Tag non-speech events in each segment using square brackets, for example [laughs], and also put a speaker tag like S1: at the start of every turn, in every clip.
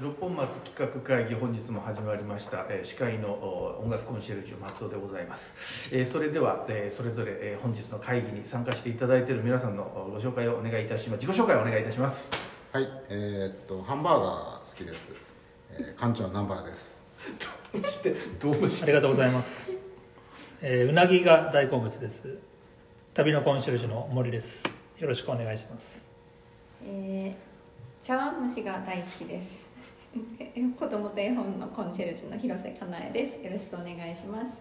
S1: 六本松企画会議本日も始まりました、えー司会のお音楽コンシェルジュ松尾でございます、えーそれでは、えーそれぞれ、えー本日の会議に参加していただいている皆さんのおご紹介をお願いいたします自己紹介をお願いいたします
S2: はい、えーっとハンバーガーが好きです。えー、館長の南原です。
S1: [laughs] してどうし
S3: ありがとうございます、えーうなぎが大好物です旅のコンシェルジュの森ですよろしくお願いします
S4: えー、茶碗蒸しが大好きです。 [laughs] 子供と絵本のコンシェルジュの広瀬かなえです。よろしくお願いします。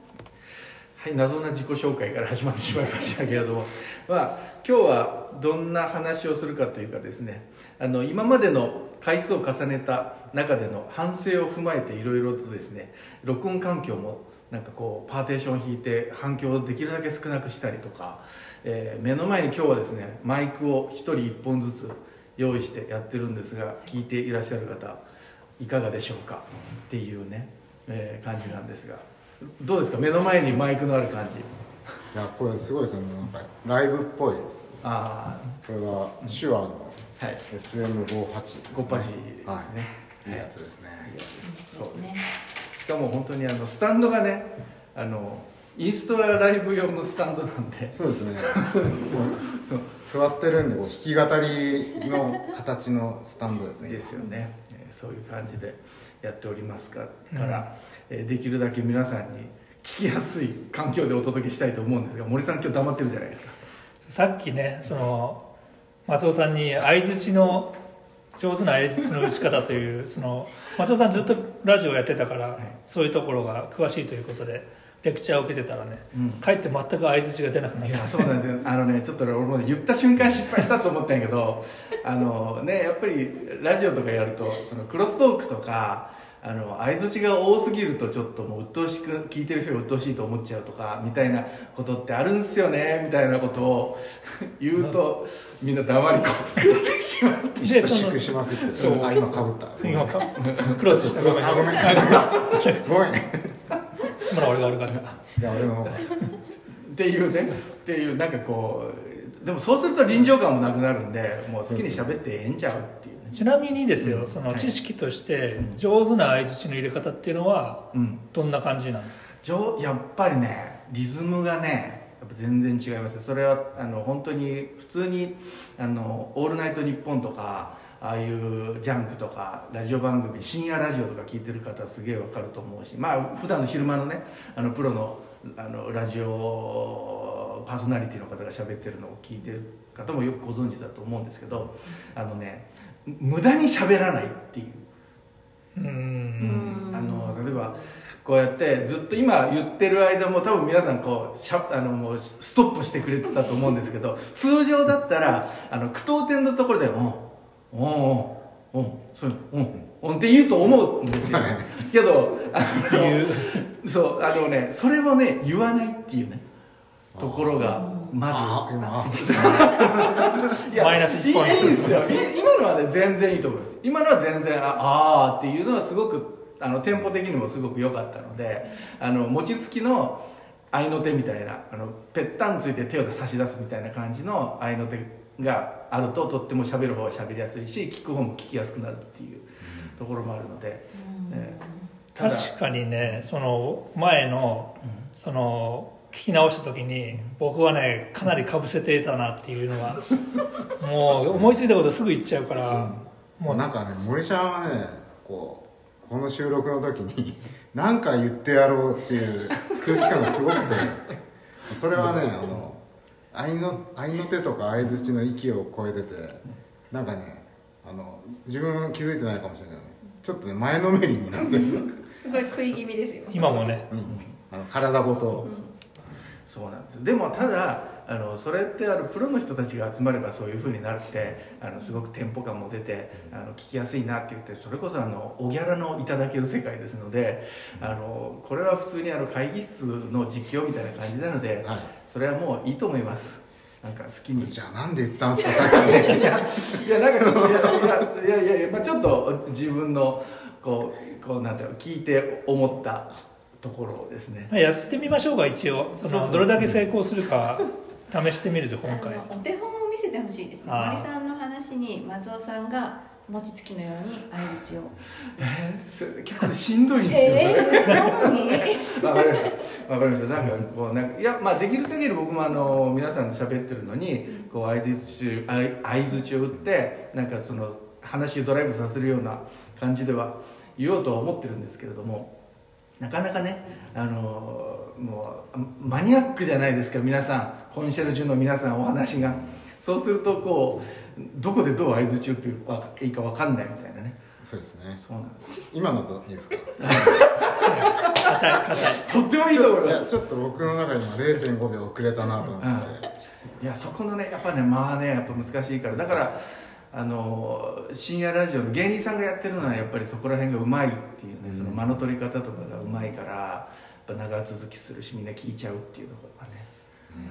S1: はい謎な自己紹介から始まってしまいましたけれども、 [laughs] まあ、今日はどんな話をするかというかですねあの今までの回数を重ねた中での反省を踏まえていろいろとですね録音環境もなんかこうパーテーション引いて反響をできるだけ少なくしたりとか、えー目の前に今日はですねマイクを1人1本ずつ用意してやってるんですが聞いていらっしゃる方いかがでしょうかっていうね、えー感じなんですがどうですか目の前にマイクのある感じ
S2: いや、これすごいですね。なんかライブっぽいです。
S1: あ
S2: これは手話の
S1: あはい
S2: SM58 です、
S1: 5
S2: ね。
S1: パジですね、
S2: はい。いいやつですね。
S1: そう
S4: ね。
S1: しかも本当にあのスタンドがねあのインストラライブ用のスタンドなんで
S2: そうですね。
S1: そう
S2: 座ってるんでこう弾き語りの形のスタンドですね。
S1: ですよね、えーそういう感じでやっておりますかから、えーできるだけ皆さんに聞きやすい環境でお届けしたいと思うんですが森さん今日黙ってるじゃないですか
S3: さっきねその松尾さんに相づちの上手な相づちの打ち方と [laughs] いうその松尾さんずっとラジオやってたから、そういうところが詳しいということでレクチャーを受けてたらね、
S1: うん
S3: かえって全く相づちが出なくなっ
S1: い
S3: た
S1: やそうなんですよあのねちょっとね俺もね言った瞬間失敗したと思ったんやけ [laughs] どあのねやっぱりラジオとかやるとそのクロストークとかあの相づちが多すぎるとちょっともう鬱陶しく聞いてる人が鬱陶しいと思っちゃうとかみたいなことってあるんすよねみたいなことを言うとみんな黙り込んでしまう
S2: 萎
S3: でそ
S2: 縮
S3: の
S2: しまくってる
S3: そう
S2: あ、今かぶった。ごめん
S3: 今かクロスしたごめん
S2: あ、ごめん。
S3: [laughs]
S2: ごめん。
S3: 今の俺が悪かった
S2: いや、俺の方が。
S1: っていうねっていうなんかこうでもそうすると臨場感もなくなるんでもう好きに喋ってええんちゃうっていうね
S3: ちなみにですよ、そ
S1: は
S3: の
S1: い
S3: 知識として上手な相づちの入れ方っていうのは
S1: うん
S3: どんな感じなんですか、
S1: 上やっぱりねリズムがねやっぱ全然違いますそれはあの本当に普通に「あのオールナイトニッポン」とかああいうジャンクとかラジオ番組深夜ラジオとか聞いてる方すげえわかると思うしまあ普段の昼間のねあのプロのあのラジオパーソナリティの方が喋ってるのを聞いてる方もよくご存知だと思うんですけどあのね無駄に喋らないっていう
S3: うーん
S4: うん
S1: あの例えばこうやってずっと今言ってる間も多分皆さんこうしゃあのもうストップしてくれてたと思うんですけど [laughs] 通常だったらあの句読点のところで「うんおんおんおんそううんうん」って言うと思うんですよけどあの
S3: 言う
S1: そうあのねそれをね言わないっていうねところがま
S2: あ、今。あ
S1: ず
S3: マイナス1ポイ
S1: い
S3: ント
S1: いいいんですよい今のはね全然いいと思います今のは全然ああーっていうのはすごくあのテンポ的にもすごく良かったのであの餅つきの合いの手みたいなあのぺったんついて手を差し出すみたいな感じの合いの手があるととっても喋る方は喋りやすいし聞く方も聞きやすくなるっていうところもあるので、えーただ
S3: 確かにねその前のその聞き直した時に僕はねかなりかぶせていたなっていうのはもう思いついたことすぐ言っちゃうから、
S2: も
S3: も
S2: う
S3: う
S2: なんかね森ちゃんはねこうこの収録の時に [laughs] 何か言ってやろうっていう空気感がすごく
S1: [laughs]
S2: てそれはねあの合いの合いの手とか相づちの域を超えててなんかねあの自分気づいてないかもしれないちょっとね前のめり
S1: [laughs]
S2: になってる、うん、
S4: すごい食い気味ですよ。
S3: 今もね
S2: あの体ごと
S1: そうなんですでもただあのそれってあのプロの人たちが集まればそういう風になってあのすごくテンポ感も出てあの聞きやすいなって言ってそれこそあのおギャラのいただける世界ですのであのこれは普通にあの会議室の実況みたいな感じなので
S2: は
S1: それはもういいと思いますなんか好きに
S2: いじゃあなんで言ったんすかさっ
S1: [laughs]
S2: きね
S1: いや、いや、なんかちょっと、いや、いや、いや、いや、まあ、ちょっと自分の。こう、こう、なんていうの、聞いて思ったところですね。
S3: やってみましょうか一応そ
S1: そうそう
S3: のどれだけ成功するか試してみると
S4: あ
S3: 今回
S4: のお手本を見せてほしいですね。
S3: あー
S4: 森さんの話に松尾さんが餅つきのように相槌を
S1: それ結構しんどいんですよ、それ
S4: えー、なのに
S1: わかりました。わかりました。なんかこうなんかいやまあできる限り僕もあの皆さんの喋ってるのにこう相槌あい相槌を打ってなんかその話をドライブさせるような感じでは言おうとは思ってるんですけれども。なかなかね、あのもうマニアックじゃないですか皆さんコンシェルジュの皆さんお話がそうするとこうどこでどう相槌打っていいか分かんないみたいなね
S2: そうですね
S1: そうなんです
S2: 今のどういいですか
S3: 硬い硬い
S1: とってもいいと思い
S2: い
S1: ます
S2: やちょっと僕の中で今0.5秒遅れたなと思って、
S1: いやそこのねやっぱねまあねやっぱ難しいからだからあの深夜ラジオの芸人さんがやってるのはやっぱりそこら辺がうまいっていうね、
S2: うん
S1: その間の取り方とかがうまいからやっぱ長続きするしみんな聞いちゃうっていうところがね、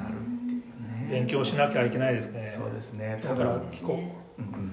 S1: あるっていうね
S3: 勉強しなきゃいけないですね
S1: そうですねた
S3: だ
S1: だ
S3: から
S1: う
S3: 聞こう
S1: うん、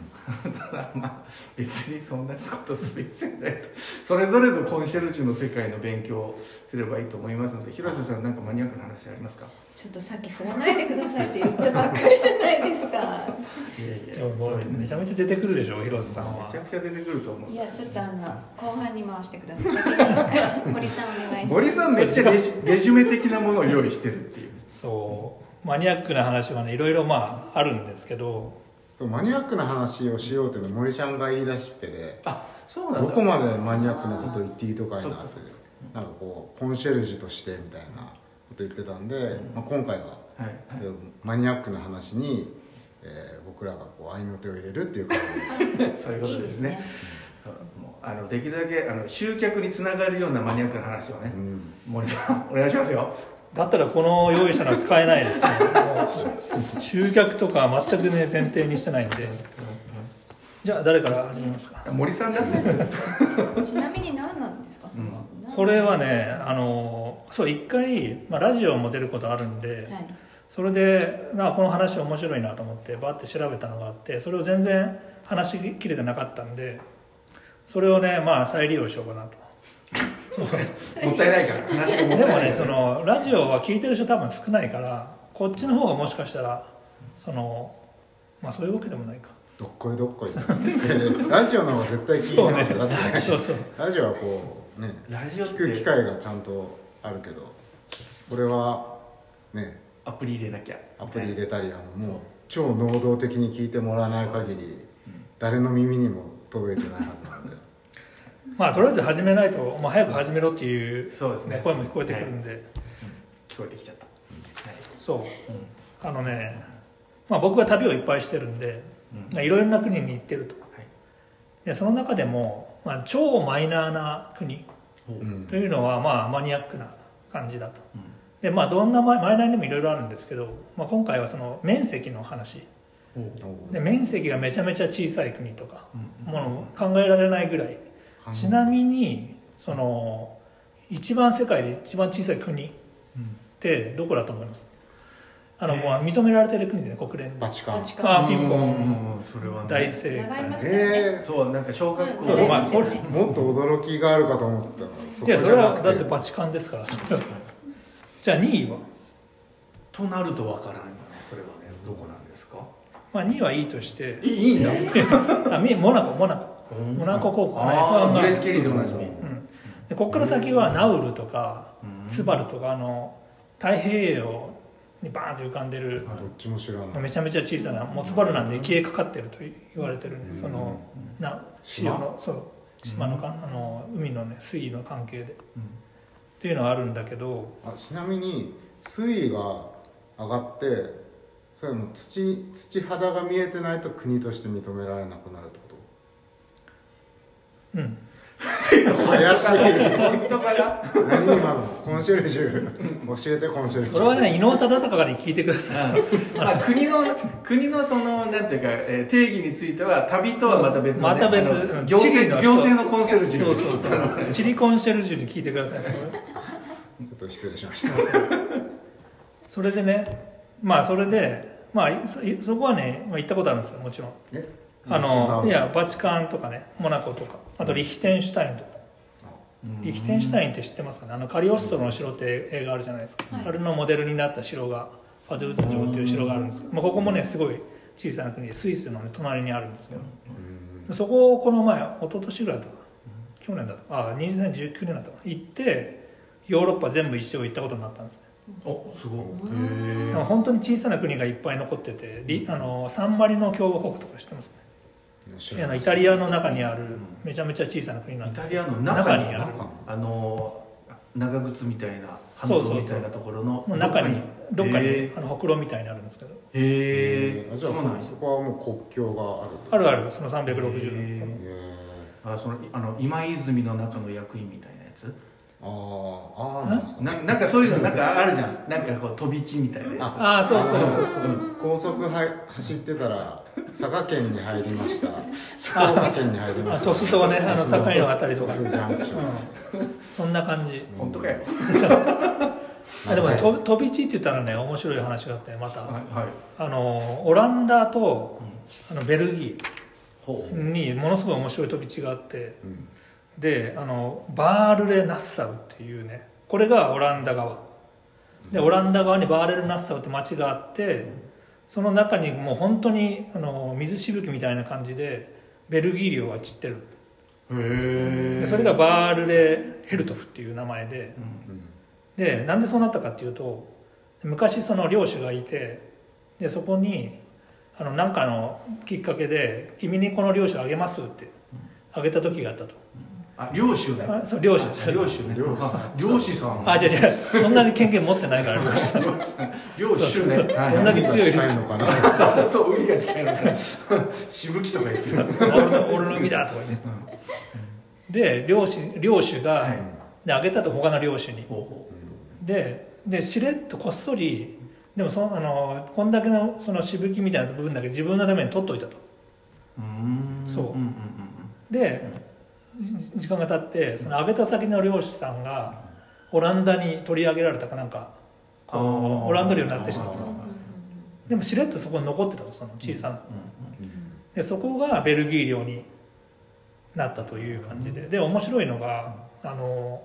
S1: ただまあ別にそんなことする必要ないとそれぞれのコンシェルジュの世界の勉強をすればいいと思いますので広瀬さんなんかマニアックな話ありますか
S4: ちょっとさっき振らないでくださいって言ったばっかりじゃないですか
S1: いやい
S3: でももうめちゃめちゃ出てくるでしょ広瀬さんは
S1: めちゃくちゃ出てくると思う
S4: いやちょっとあの後半に回してください森さんお願いします
S1: 森さんめっちゃレジュレジュメ的なものを用意してるっていう
S3: そうマニアックな話はねいろいろまああるんですけど
S2: そうマニアックな話をしようっていうの森ちゃんが言い出しっぺで
S1: あそうなん
S2: ど
S1: だ
S2: こまでマニアックなこと言っていいとかいなってなんかこうコンシェルジュとしてみたいなこと言ってたんで、まあ、今回は
S1: はい
S2: そういうマニアックな話に、えー僕らがこう合いの手を入れるっていう感じです
S1: そういうことですねもうあのできるだけあの集客につながるようなマニアックな話をね、
S2: うん
S1: 森さんお願いしますよ
S3: だったらこの用意したのは使えないですねもう集客とか全くね前提にしてないんでじゃあ誰から始めますか
S1: 森さんらしいですよ
S4: いいですねちなみに何なんですかそれは、
S3: これはねあのそう一回、まあ、ラジオも出ることあるんで、
S4: はい
S3: それでなあこの話面白いなと思ってバッて調べたのがあってそれを全然話しきれてなかったんでそれをねまあ再利用しようかなと
S1: もったいないから話がも
S3: で
S1: ったい
S3: も
S1: ない
S3: ねそのラジオは聞いてる人多分少ないからこっちの方がもしかしたらそのまあそういうわけでもないか
S2: どっこいどっこいラジオの方が絶対聞いてますよだってね
S3: そうそう
S2: ラジオはこうね
S1: ラジオっ
S2: 聞く機
S1: て
S2: 会がちゃんとあるけどこれはね
S1: アプリ入れなきゃ
S2: アプリ入れたりあのもう超能動的に聞いてもらわない限り誰の耳にも届いてないはずなんで
S3: まあとりあえず始めないと、まあ、早く始めろっていう、
S1: そうです
S3: ね
S1: ね、
S3: 声も聞こえてくるんで、
S1: 聞こえてきちゃった
S3: そう、あのね、まあ、僕は旅をいっぱいしてるんで
S1: うん
S3: まあいろいろな国に行ってると、
S1: い
S3: でその中でも、まあ、超マイナーな国
S1: うん
S2: うん
S3: というのは、まあ、マニアックな感じだと
S1: うん
S3: でまあどんなマイマイナーにもいろいろあるんですけど、まあ、今回はその面積の話
S1: おう
S3: で面積がめちゃめちゃ小さい国とか
S1: うん
S3: ものを考えられないぐらい
S2: 韓国
S3: ちなみにその一番世界で一番小さい国っ
S1: うん
S3: てどこだと思いますあの、まあ、認められてる国でね国連で
S2: バチカン
S4: バチカン
S3: あピンポ
S1: うん
S3: ン
S1: うんうんそれはね
S3: 大正
S4: 習い
S3: 解
S4: ましたよね、
S2: え
S1: そうなんか小学校
S3: そうそうまあこれ
S2: ー、もっと驚きがあるかと思ったらそ
S3: いやそれはだって
S2: バ
S3: バチカンですからじゃあ2位は、
S1: となるとわからないよねそれはねどこなんですか
S3: まあ、2位はいいとして
S1: いいいんだ
S3: [laughs] あみモナコモナコモナコ高校ね
S1: あ
S3: F1
S1: あ
S3: が
S1: グレース・ケリーと同じ
S2: そうそう
S3: うんでこっから先はナウルとか
S1: うん
S3: ツバルとかあの太平洋にバーンと浮かんでる
S2: どっちも知らない
S3: めちゃめちゃ小さなもうツバルなんで消えかかってると言われてるんでそのな
S2: 島
S3: 潮のそう島のかあの海のね水位の関係でっ
S1: うん
S3: ていうのがあるんだけど
S2: あちなみに水位が上がってそれはもう土土肌が見えてないと国として認められなくなるってこ
S3: うん
S2: と怪し
S3: [laughs]
S2: い
S1: 本当かな
S2: 何今のコンシェルジュ教えてコンシェルジュ
S3: それはね伊能忠敬に聞いてくださいその
S1: まあ国の国のそのなんていうか、えー定義については旅とはまた別の、ね、
S3: また別
S1: あの
S3: うん
S1: 行
S3: 地理
S1: 政
S3: の人
S1: 行政のコンセルジュ
S3: そうそうそうチリコンシェルジュに聞いてくださいそれ
S2: ちょっと失礼しました
S3: それでねまあそれでまあそそこはね、まあ、行ったことあるんですよもちろん
S2: え
S3: あ
S2: な
S3: の
S2: る
S3: いやバチカンとかねモナコとかあとリヒテンシュタインとかリヒテンシュタインって知ってますかねあのカリオストロの城って映画あるじゃないですか、
S4: はい
S3: あれのモデルになった城がファドゥーズ城っていう城があるんですけど、まあ、ここもねすごい小さな国でスイスの、ね、隣にあるんですけど
S2: うん
S3: そこをこの前一昨年ぐらいだったかな去年だったかあ2019年だったかな行ってヨーロッパ全部一周行ったことになったんですね
S1: おすごいへ
S3: だ
S1: え
S3: から本当に小さな国がいっぱい残っててリあのサンマリノ共和国とか知ってます
S2: 面白い
S3: ねあのイタリアの中にあるめちゃめちゃ小さな国なん
S1: イ
S3: です
S1: タ
S3: け
S1: リ
S3: ど
S1: アの中に
S3: 中に
S1: あ
S3: あ
S1: る
S3: る
S1: あの長靴みたいなハン
S3: そ
S1: ドル
S3: うそう
S1: み
S3: そ
S1: た
S3: う
S1: いなところの
S3: もう中にどっか
S1: へ
S3: に
S1: え
S3: あのほくろみたいにあるんですけど
S1: へえ
S2: あじゃあ
S1: そ
S2: そう
S1: なんや
S2: そこはもう国境がある
S3: あるあるその360度
S1: へ
S2: え
S1: ーあそのあの今泉の中の役員みたいなやつ
S2: ー、あーあーなんですか
S1: ななんかそういうのなんかあるじゃんなんかこう飛び地みたいなや
S3: ああそうそうそうそう
S1: うん
S2: 高速は走ってたら佐賀県に入りま
S3: [laughs]
S2: した福岡県に入りま
S3: あ
S2: した
S3: 都市とねあの境のあたりとか、
S2: 都
S3: う
S2: 市ジャンクション
S3: ん、そんな
S2: [laughs]
S3: 感じ
S1: つ本当かよ
S3: あでも、
S2: はい
S3: と飛び地って言ったらね面白い話があってまた、
S1: はいはい
S3: あのオランダとあのベルギ
S1: ほ
S3: ーにものすごい面白い飛び地があって
S2: うん
S3: であのバールレ・ナッサウっていうねこれがオランダ側でオランダ側にバーレル・ナッサウって町があってその中にもう本当にあの水しぶきみたいな感じでベルギー領が散ってる
S1: うへえ
S3: でそれがバールレ・ヘルトフっていう名前ででなんでそうなったかっていうと昔その領主がいてでそこにあのなんかのきっかけで「君にこの領主あげます」ってあげた時があったと
S1: あ領主ね
S3: あそう領主
S1: あ領主ね
S2: 領主
S1: あ領主さん
S3: あ違う違うそんなに権限持ってないから領主さん
S1: 領主ねはい
S3: どんなに強いです
S2: 海が近のかな
S1: そうそう海が近いのからしぶきとか言ってる
S3: 俺の俺の海だとか言ってで領主領主が、
S1: はい
S3: であげたと他の領主に
S1: ほうほう
S3: ででしれっとこっそりでもそのあのこんだけのそのしぶきみたいな部分だけ自分のために取っといたと
S1: うーん
S3: そうん
S1: んん
S3: でじ時間が経ってそのあげた先の領主さんがオランダに取り上げられたかなんかこ
S1: あー
S3: うオランダ領になってしまっ
S1: あ
S3: た
S1: ー
S3: でもしれっとそこに残ってたとその小さな、
S1: う
S3: でそこがベルギー領になったという感じで、で面白いのがあの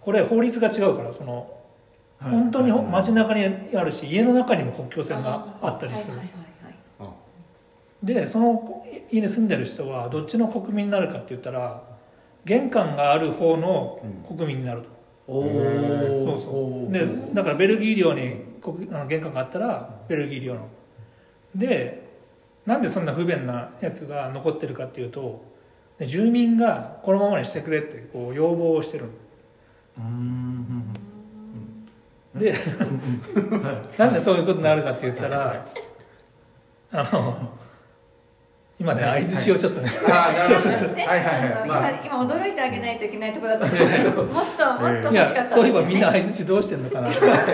S3: これ法律が違うからその、
S1: んうんはい
S3: 本当に
S1: はい
S3: 街中にあるし家の中にも国境線があったりする、
S4: はいはいはいはい
S2: あ
S3: でその家に住んでる人はどっちの国民になるかって言ったら玄関がある方の国民になると、
S1: お
S2: へ
S1: お
S3: そうそう
S1: おー
S3: でだからベルギー領に国あの玄関があったらベルギー領のでなんでそんな不便なやつが残ってるかっていうとで住民がこのままにしてくれってこう要望をしてる
S1: うーん
S3: ので
S1: うんうんはい
S3: なんでそういうことになるかって言ったらあの今ね相槌をちょっとね
S1: ああなるほど
S3: [laughs] そうそう
S1: ね
S4: ね
S1: はいはいは
S4: あ
S1: い
S4: の
S1: まあ
S4: 今今驚いてあげないといけないところだったんですけど、もっともっと
S3: い
S4: 欲しか
S3: や
S4: ったん
S3: そうい
S4: で
S3: え
S4: すよ
S3: ばみんな
S4: ね。
S3: 相槌どうしてんのかな
S2: いやな
S1: い
S2: んか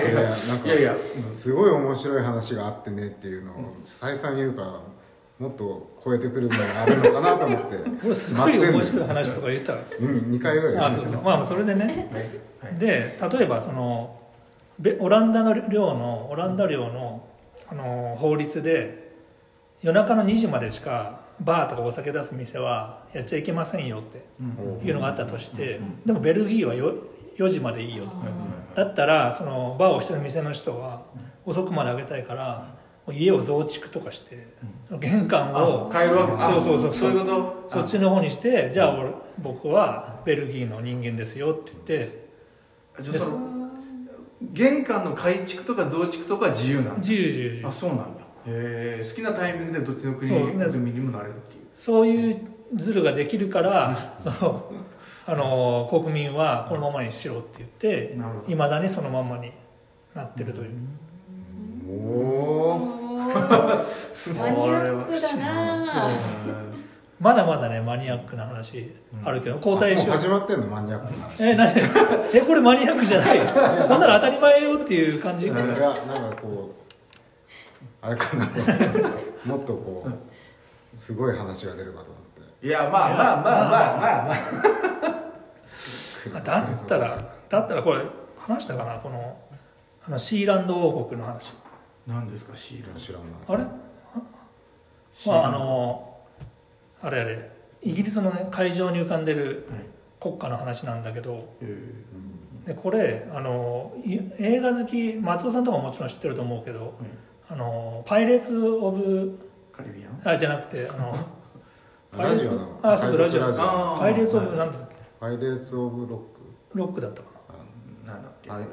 S1: やいや
S2: すごい面白い話があってねっていうのを再三言うからもっと超えてくるものがあるのかなと思って
S3: 俺すごい面白い話とか言ったわけです
S2: うん2回ぐらい
S3: あそうそうまあそれでね
S1: はいはい
S3: で例えばそのべオランダの領のオランダ領のあの法律で夜中の2時までしかバーとかお酒出す店はやっちゃいけませんよって
S1: うん
S2: お
S3: いうのがあったとしてでもベルギーはよ 4, 時までいいよと
S1: はいはい
S3: だったらそのバーをしてる店の人は遅くまで開けたいからもう家を増築とかしてその玄関
S1: あ
S3: を
S1: 変えるわけあ
S3: そうそうそう
S1: そういうこと
S3: そっちの方にしてじゃあ俺僕はベルギーの人間ですよって言って。
S1: あじゃあその玄関の改築とか増築とかは自由なんだ
S3: 自由自由自由
S1: あそうなんだへえ好きなタイミングでどっちの国
S3: そうで
S1: に国にもなれるっていう
S3: そういうズルができるから、その、あの、国民はこのままにしろって言って、
S1: なるほ
S3: いまだにそのままになってるという。
S2: おお
S1: ど
S4: マニアックだなぁ
S3: まだまだね、マニアックな話あるけど、交代しよう。
S2: 始まってんのマニアックな話
S3: え、なに [laughs] え、これマニアックじゃないこんなの当たり前よっていう感じ。
S2: い
S1: ん
S2: やなんかこうあれかなと思ってもっとこうすごい話が出るかと思って
S1: いやまあまあまあまあまあまあ
S3: あだったら、だったらこれ、話したかなこの、あの、シーランド王国の話。
S1: 何ですかシーラン
S2: 知らない
S3: あれ
S1: シー
S3: まあ、
S1: ラ
S3: あ
S1: ン
S3: の、あれあれ、イギリスのね、海上に浮かんでる国家の話なんだけど、
S1: え
S3: でこれあのい映画好き松尾さんとかももちろん知ってると思うけど、あのパイレーツ・オブ
S1: ーカリビアン
S3: [laughs] あじゃなくてあの
S2: ラジオの
S3: あそうそう
S2: 海賊
S3: ラジオ
S1: あー
S3: パイレーツ・オブ・なんだっけ
S2: パイレーツ・オブ・ロ
S3: [laughs]
S2: ック
S3: ロックだったかな
S1: なんだっけ、
S2: はい
S1: ま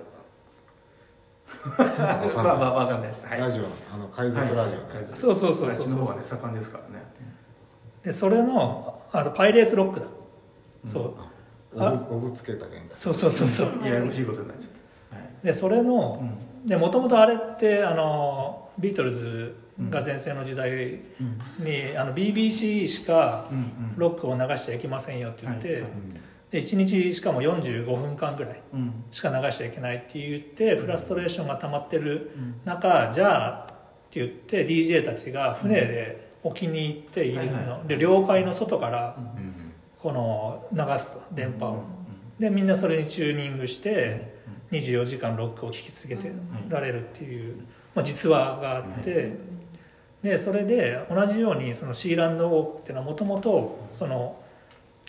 S1: あ
S2: わか
S1: ま
S2: んな
S1: あ
S2: い
S1: まあわかんないですはい
S2: ラジオあの海賊ラジオね、
S1: はい
S3: そうそうそうそう
S1: あっちの方がね盛んですからね
S3: でそれのあそうパイレーツ・ロックだ、そう
S2: おぶおぶつけた現
S3: そうそうそうそう
S4: うん
S1: ややこしいことになっちゃった、はい
S3: でそれのでもともとあれってあのビートルズが全盛の時代に、
S1: うん
S3: あの BBC しか
S1: うんうん
S3: ロックを流しちゃいけませんよって言って、
S1: はいはい
S3: で1日しかも45分間ぐらい
S1: うん
S3: しか流しちゃいけないって言ってフラストレーションが溜まってる中じゃあって言って DJ たちが船で沖に行ってイギリス
S1: はい
S3: ので領海の外から
S2: 在、うん
S3: この流すと電波をでみんなそれにチューニングして24時間ロックを聴き続けてられるっていう、まあ、実話があってでそれで同じようにそのシーランド王国っていうのはもともとその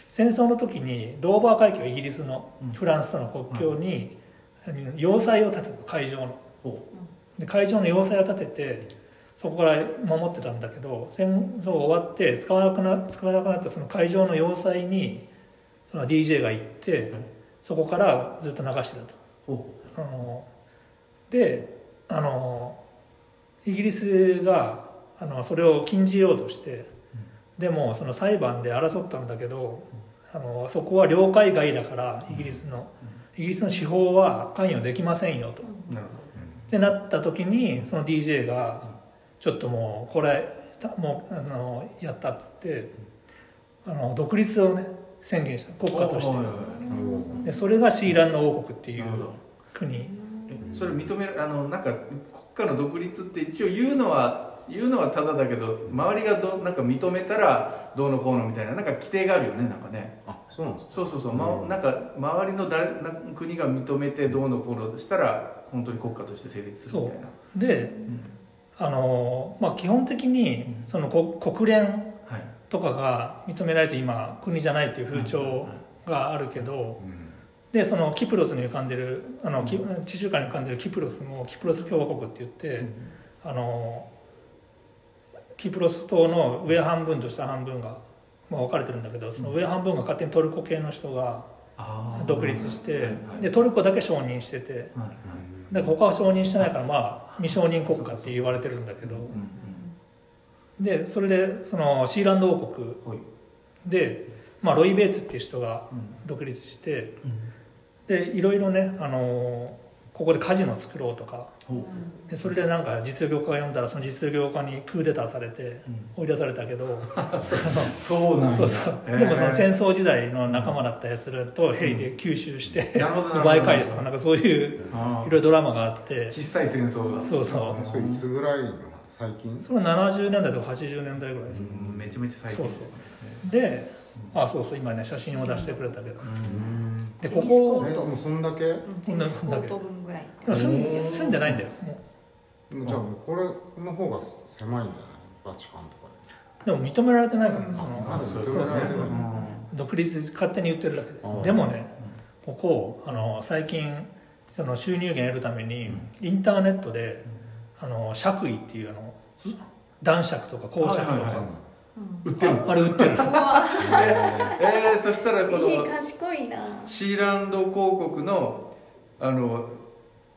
S3: 戦争の時にドーバー海峡イギリスの
S1: うん
S3: フランスとの国境に要塞を建てた海上の
S1: ほ
S3: で海上の要塞を建ててそこから守ってたんだけど戦争が終わって使わなくな使わなくなったその海上の要塞にその DJ が行って
S1: はい
S3: そこからずっと流してたと。
S1: ほ
S3: あのであのイギリスがあのそれを禁じようとしてでもその裁判で争ったんだけどあのそこは領海外だからイギリスのイギリスの司法は関与できませんよと。
S1: うなるほ
S3: ってなった時にその DJ が「ちょっともうこれたもうあのやった」っつってあの独立をね宣言した
S1: ど
S3: 国家として
S1: おいおいおい
S4: うん
S3: でそれがシーランの王国ってい
S1: な
S3: う
S1: るほど
S3: 国
S1: えそれ認めるあのなんか国家の独立って一応言うのは言うのはただだけど周りがどなんか認めたらどうのこうのみたいななんか規定があるよねなんかね
S2: あそうなんですか
S1: そうそうそう、ま
S2: うん
S1: なんか周りの誰な国が認めてどうのこうのしたら本当に国家として成立するみたいな
S3: であの、まあ、基本的にそのこ国連
S1: はい
S3: とかが認めないと今国じゃないっていう風潮があるけど
S2: うん
S3: でそのキプロスに浮かんでるあのき地中海に浮かんでるキプロスもキプロス共和国って言って、あのキプロス島の上半分と下半分が、まあ、分かれてるんだけどその上半分が勝手にトルコ系の人が
S1: あー
S3: 独立して、
S1: はい
S3: でトルコだけ承認してて
S1: はいはい
S3: で他は承認してないからまあ未承認国家って言われてるんだけど
S1: うん
S3: でそれでそのシーランド王国
S1: うんはい
S3: で、まあ、ロイ・ベイツっていう人が
S1: うん
S3: 独立して。
S1: うん
S3: でいろいろね、あのーここでカジノ作ろうとか
S1: ほ
S3: でそれでなんか実業家が読んだらその実業家にクーデターされて
S1: うん
S3: 追い出されたけ
S1: [laughs]
S3: ど、その
S1: うそうなんだ
S3: そうそう、
S1: へー
S3: でもその戦争時代の仲間だったやつらとヘリで吸収して、
S1: なるほどなるほど
S3: 奪い返すとかなんかそういうい
S1: あ
S3: ろ
S1: ー
S3: いろドラマがあって
S1: 小さい戦争が
S3: そうそ
S2: それいつぐらいの最近
S3: うそれは70年代とか80年代ぐらいでしょ
S1: うんめちゃめちゃ最近ですね
S3: であそうそう今ね写真を出してくれたけど
S2: うん
S3: でここ
S2: えもうそんだけ
S4: テニスコート分ぐらい
S3: でも住ん住んでないんだよもう
S2: じゃあもうこれの方が狭いんじゃないバチカンとか
S3: でも認められてないからねその
S2: まだ
S1: そう
S2: 認
S1: そう
S2: め
S1: そ
S2: ら
S1: う
S2: れてない
S1: そう
S3: 独立勝手に言ってるだけ
S2: ああ
S3: ででもねここあの最近その収入源得るためにインターネットであの爵位っていうあの男爵とか公爵とか、
S1: はいはいはい
S4: うん
S1: 売ってる
S3: ああれ売ってる
S1: えーそしたらこ
S4: いい
S1: の
S4: 賢いな
S1: シーランド広告のあの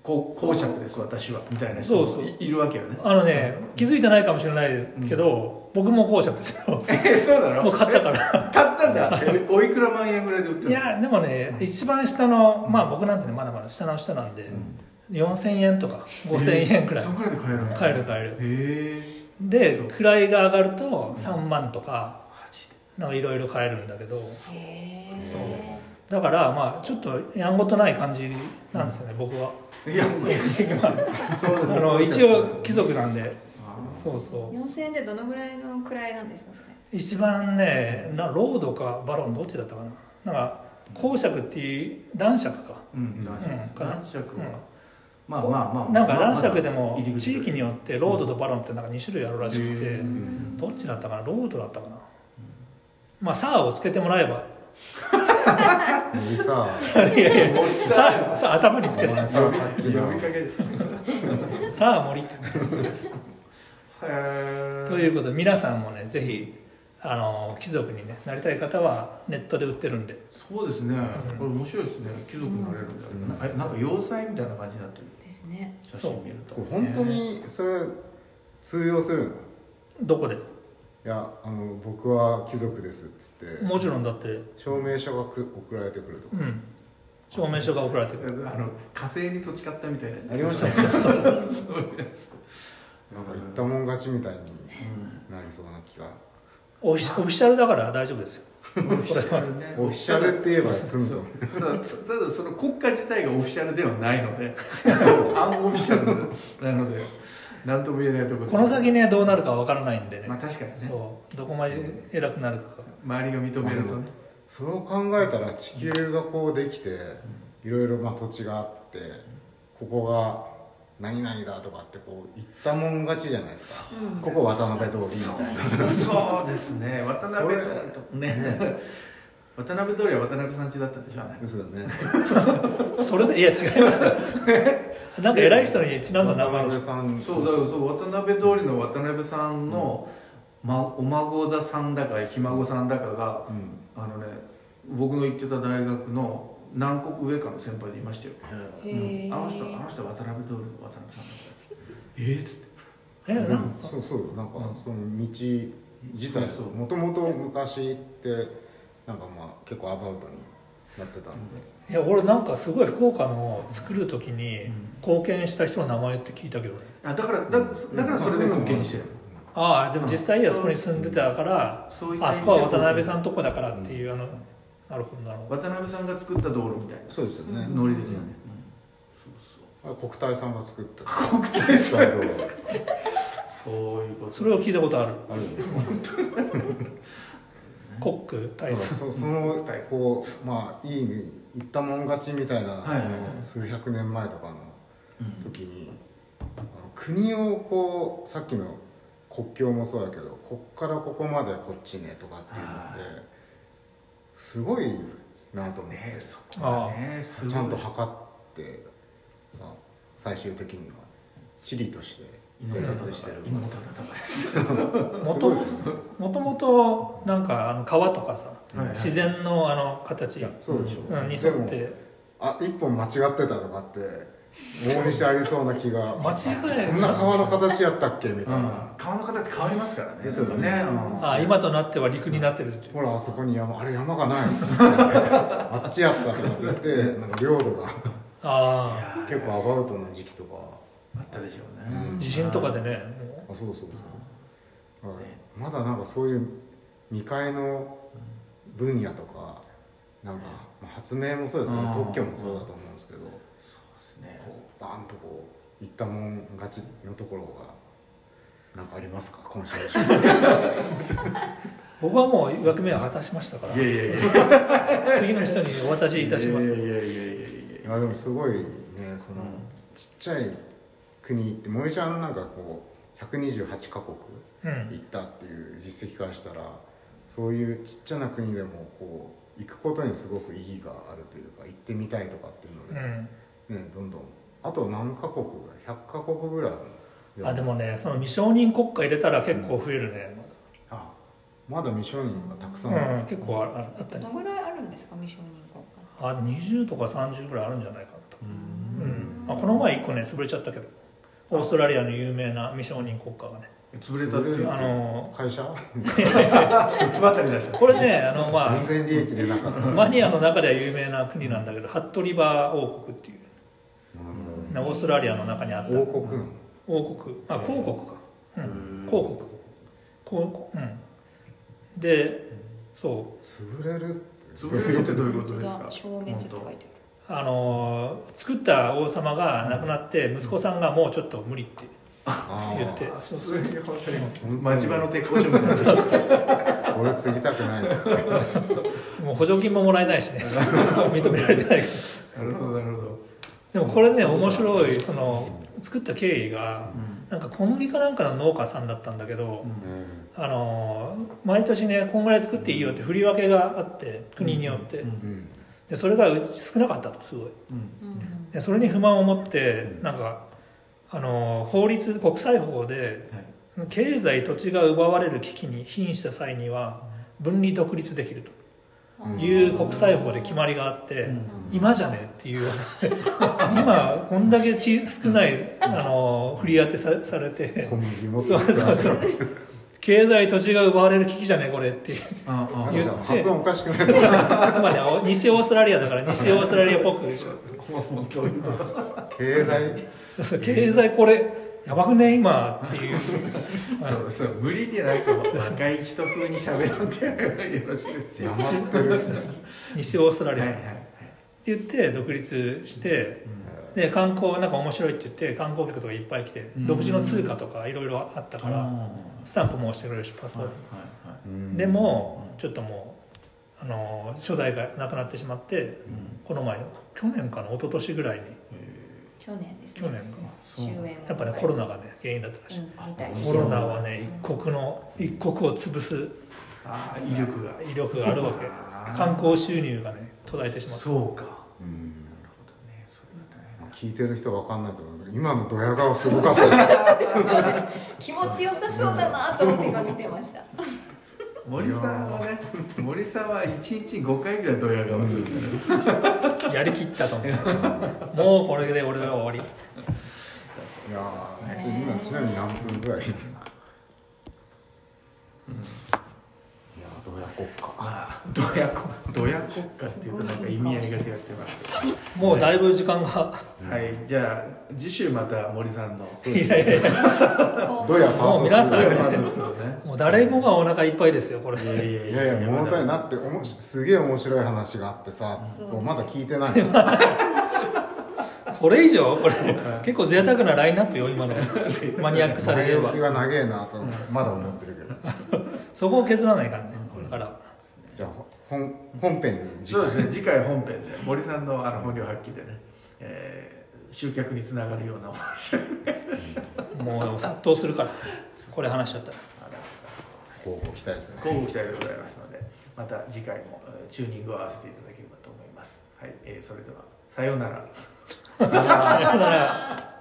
S1: こ公爵です私はみたいな人
S3: そう
S1: も
S3: そう
S1: いいるわけよね
S3: あのね気づいてないかもしれないけど、僕も公爵ですよ
S1: えそうなの
S3: もう買ったから
S1: 買ったんだえおおいくら万円ぐらいで売ってる
S3: いやでもね一番下のまあ僕なんてねまだまだ下の下なんで、4000円とか5000円くらい
S1: そんぐらいで買えるの
S3: 買える買える
S1: へ
S3: で
S1: そう
S3: 位が上がると3万とか
S1: えマジで
S3: なんかいろいろ買えるんだけど
S4: へ
S3: だからまあちょっとやんごとない感じなんですよね、僕は
S1: いやもうそう
S3: あ
S1: ですね
S3: の一応貴族なんでそうそ
S4: え4000円でどのぐらいの位なんですかそれ
S3: う一番ねなロードかバロンどっちだったかななんか公爵っていう男爵か
S1: うん男
S3: うん
S1: 爵
S3: かな
S1: 男爵
S3: うん
S1: はまあまあまあ
S3: なんか男
S1: まあま
S3: 爵
S1: だ
S3: でも
S1: 入り口
S3: 地域によってロードとバロンってなんか2種類あるらしく
S1: へ
S3: て
S1: ー
S3: どっちだったかなロードだったかなまあサーをつけてもらえば
S2: 右さ
S3: [laughs] いやいや
S1: 森
S3: サ
S1: さん
S3: ーサー頭につ
S2: お
S3: けて
S2: 前ささっき
S1: 呼び
S2: の
S1: かけ
S3: サー森って
S1: へえ
S3: ということで皆さんもねぜひあの貴族に、ね、なりたい方はネットで売ってるんで
S1: そうですね、これ面白いですね貴族になれるんだ、
S2: うん
S1: あれなんか要塞みたいな感じになってる
S4: ですね
S1: 写真見ると、
S2: これ本当にそれ通用するのい
S3: どこで
S2: やあの僕は貴族ですっつって
S3: もちろんだって、
S2: 証明書がく送られてくるとか
S3: うん、証明書が送られてくる
S1: あの火星に土地買ったみたいなやつ
S2: ありましたね
S3: そうそうそう
S1: そういうやつ
S2: なんか言ったもん勝ちみたいになりそうな気が
S3: オフィシオフィシャルだから大丈夫ですよ
S1: オフィシャルね
S2: オフィシャルって言えば済む
S1: そ
S2: と
S1: うただつただその国家自体がオフィシャルではないのでそうアンオフィシャルなので何とも言えないところ
S3: この先ねどうなるかわからないんでね、
S1: まあ確かにね
S3: そうどこまで偉くなるか
S1: 周りが認めるとね
S2: それを考えたら地球がこうできていろいろまあ土地があってここが何々だとかってこう言ったもん勝ちじゃないですか
S4: うん
S2: ここ渡辺通りみたいな
S1: そうですね渡辺通りとね
S2: ね
S1: 渡辺通りは渡辺さん家だったんでしょうね
S2: ですよね
S3: がそれでいや違
S1: [laughs]
S3: いますからなんか偉い人にちなんだ名
S2: 渡
S3: 前を
S2: 辺さん
S1: そうだからそう渡辺通りの渡辺さんの、ま、お孫ださんだかひ孫さんだかが
S2: うん
S1: あのね僕の行ってた大学の南国上かの先輩でいましたよ、
S4: へ
S1: う
S4: え
S1: んあの人あの人渡辺通りの渡辺さんだったっつってえーっつって
S3: えなんか
S2: そうそうなん
S1: う
S2: か
S1: ん
S2: その道自
S1: そ
S2: 体
S1: うそう
S2: もともと昔ってなんかまあ結構アバウトになってたんで
S3: いや俺なんかすごい福岡の作る時に
S1: うん
S3: 貢献した人の名前って聞いたけどね
S1: あだからだだからそれで貢献してる、
S3: ああでも実際には
S1: うん
S3: そこに住んでたから、
S1: そういった意
S3: あ
S1: 味
S3: そ
S1: で
S3: こは渡辺さんとこだからっていう、あのなるほどなるほど
S1: 渡辺さんが作った道路みたい
S2: そうですよね
S1: なノリですよね、
S2: あれ国体さんが作った国体さんが作っ
S1: そうそうそういうこと
S3: それを聞いたことある
S2: たある
S3: コック
S2: だ
S3: 大
S2: から
S3: 佐
S2: [laughs] そその
S1: はい
S2: こうまあいい意味言ったもん勝ちみたいな、
S1: はいはいはい
S2: その数百年前とかの時に、あの国をこうさっきの国境もそうだけどこっからここまでこっちねとかっていうのってすごいなと思って、
S1: ねそこはねすごい
S2: ちゃんと測ってさ最終的には地理として生活してる
S1: 今の戦いです
S3: も
S2: す
S3: と
S2: ごいで
S3: も
S2: すよね
S3: ともとなんかあの川とかさ、
S1: はい
S3: 自然のあの形
S2: いやそうでしょ、
S3: うんに沿っ
S2: でも
S3: て
S2: あ一本間違ってたとかって往々にしてありそうな気が
S3: 間違え
S2: こんな川の形やったっけみたいな、
S1: 川の形変わりますからね
S2: ですよね
S1: うん
S3: あ今となっては陸になってるっていう
S2: ほらあそこに山あれ山がないあっちやったとかって言ってなんか領土が
S1: い
S3: ああ
S1: やー
S2: 結構アバウトな時期とか
S1: あったでしょう
S2: うん
S1: ね
S3: 地震とかでね
S2: あそうそうそう、はいまだなんかそういう未開の分野とかなんかまあ発明もそうですよね
S1: うん
S2: 特許もそうだと思うんですけどこ
S1: そうですね
S2: うバーンとこういったもん勝ちのところがなんかありますか今週の週
S3: 僕はもう役目は果たしましたから
S1: いやいやいや
S3: 次の人にお渡しいたします
S1: いやいやいやいやい
S2: い
S1: や
S2: やでもすごいねその、
S1: うん
S2: ちっちゃい国行って森ちゃんなんかこう128カ国
S3: うん
S2: 行ったっていう実績からしたらそういうちっちゃな国でもこう行くことにすごく意義があるというか行ってみたいとかっていうの
S3: う
S2: で、
S3: ん
S2: ねどんどんあと何カ国ぐらい100カ国ぐらいる
S3: あでもねその未承認国家入れたら結構増えるね、
S2: あまだ未承認がたく
S3: う
S2: さんある、
S3: ん、結構ああったり
S4: ど
S3: す
S4: の
S3: る
S4: ぐらいあるんですか未承認国家
S3: あ20とか30ぐらいあるんじゃないかなと、
S1: う
S3: うんんあ、この前1個ね潰れちゃったけどオーストラリアの有名な未承認国家がね
S1: 潰れたっていう
S3: あの
S2: 会社
S1: 配ったり出した
S3: これねあのまあ
S2: 全然利益出なかった、うん
S3: マニアの中では有名な国なんだけどハットリバー王国っていう、ね、オーストラリアの中にあった
S2: 王国の
S3: 王国あ公国か、う
S1: うんん、
S3: 公国公国うんでそう
S2: 潰れるって
S1: 潰れるってどういうことです
S4: 本当
S1: か
S4: だ消滅って書いてある
S3: あのー作った王様が亡くなって息子さんがもうちょっと無理って
S2: あ
S3: 言っ
S2: ー
S3: てそうそう
S1: に本当に町場の鉄工所みたいな
S2: 俺継ぎたくないです
S3: もう補助金ももらえない
S1: [laughs]
S3: しねそんなの認められてないから
S1: なるほどなるほど
S3: でもこれね面白いその作った経緯がなんか小麦かなんかの農家さんだったんだけど、
S2: うん
S3: あのー毎年ねこんぐらい作っていいよって振り分けがあって国によって、
S1: うん
S2: うん
S3: でそれがうち少なかったとすごい
S1: うん
S4: うんうん
S3: でそれに不満を持ってなんかあのー法律国際法で
S1: はい
S3: 経済土地が奪われる危機に瀕した際には分離独立できるという国際法で決まりがあって、今じゃねえっていう [laughs] 今こんだけち少ないあの振り当てさされて
S2: 小麦も
S3: そうそうそう経済土地が奪われる危機じゃねえこれっていう
S1: ああ
S2: なん
S1: あ
S2: かさ発音おかしくないですか
S3: まあねお西オーストラリアだから西オーストラリアっぽく
S1: 本当に
S2: 経済
S3: そうそう経済これやばくね今っていう [laughs]
S1: そうそう無理になんか若い人風に喋るってよろしいですよ
S2: 黙ってる
S3: 西オーストラ
S1: はい
S3: リア
S1: はい
S3: って言って独立してで観光なんか面白いって言って観光客とかいっぱい来て
S1: うん
S3: 独自の通貨とかいろいろあった
S1: だ
S3: から
S1: は
S3: スタンプも押してくれるしパス
S1: い
S3: ポー
S1: は
S3: ト
S2: うん
S3: でもちょっともうあの初代がなくなってしまって
S1: いうん
S3: この前の去年かな一昨年ぐらいに
S4: 去年ですね
S3: 去年か
S1: そう
S4: 終焉を
S3: やっぱねコロナがね原因だったらしい
S4: うんみたいです
S3: コロナはね一国の一国を潰す
S1: ああ威力が
S3: 威力があるわけ
S1: あー
S3: 観光収入がね途絶えてしまった
S1: そうか
S2: うん
S1: なるほどねそ
S2: 聞いてる人わかんないと思うけど今のドヤ顔すごか
S3: [laughs]
S2: ったよ
S4: 気持ちよさそうだなと思って今見てました
S1: れだね森さんはね森さんは一日5回ぐらいドヤ顔するから
S3: やりきったと思うもうこれで俺は終わ
S2: いやー今ちなみに何分ぐらいですかいやードヤ国家
S1: まあドヤこドヤ国家っていうとなんか意味合いが違ってますけど
S3: りもうだいぶ時間が
S1: はいじゃあ次週また森さんの
S3: いやいやいや
S2: ドヤパー
S3: もう皆さんね
S1: ですよね
S3: もう誰もがお腹いっぱいですよこれ
S1: いやいや
S2: いやいや物足りなっておもしすげえ面白い話があってさもうまだ聞いてないの
S3: これ以上これ結構贅沢なラインナップよ今のマニアックさで
S2: 前
S3: 言え
S2: 置
S3: ば
S2: きが長えなとまだ思ってるけど
S3: そこを削らないからねこれから
S2: じゃあ本本編に次
S1: そう
S2: 回
S1: ですね次回本編で森さんのあの本領発揮でね、えー集客につながるようなお話あ
S3: もう殺到するからこれ話しちゃったら
S1: ら
S2: 交互期待ですね
S1: 交互期待でございますのでまた次回もえーチューニングを合わせていただければと思いますはい、えーそれではさようなら
S3: さよなら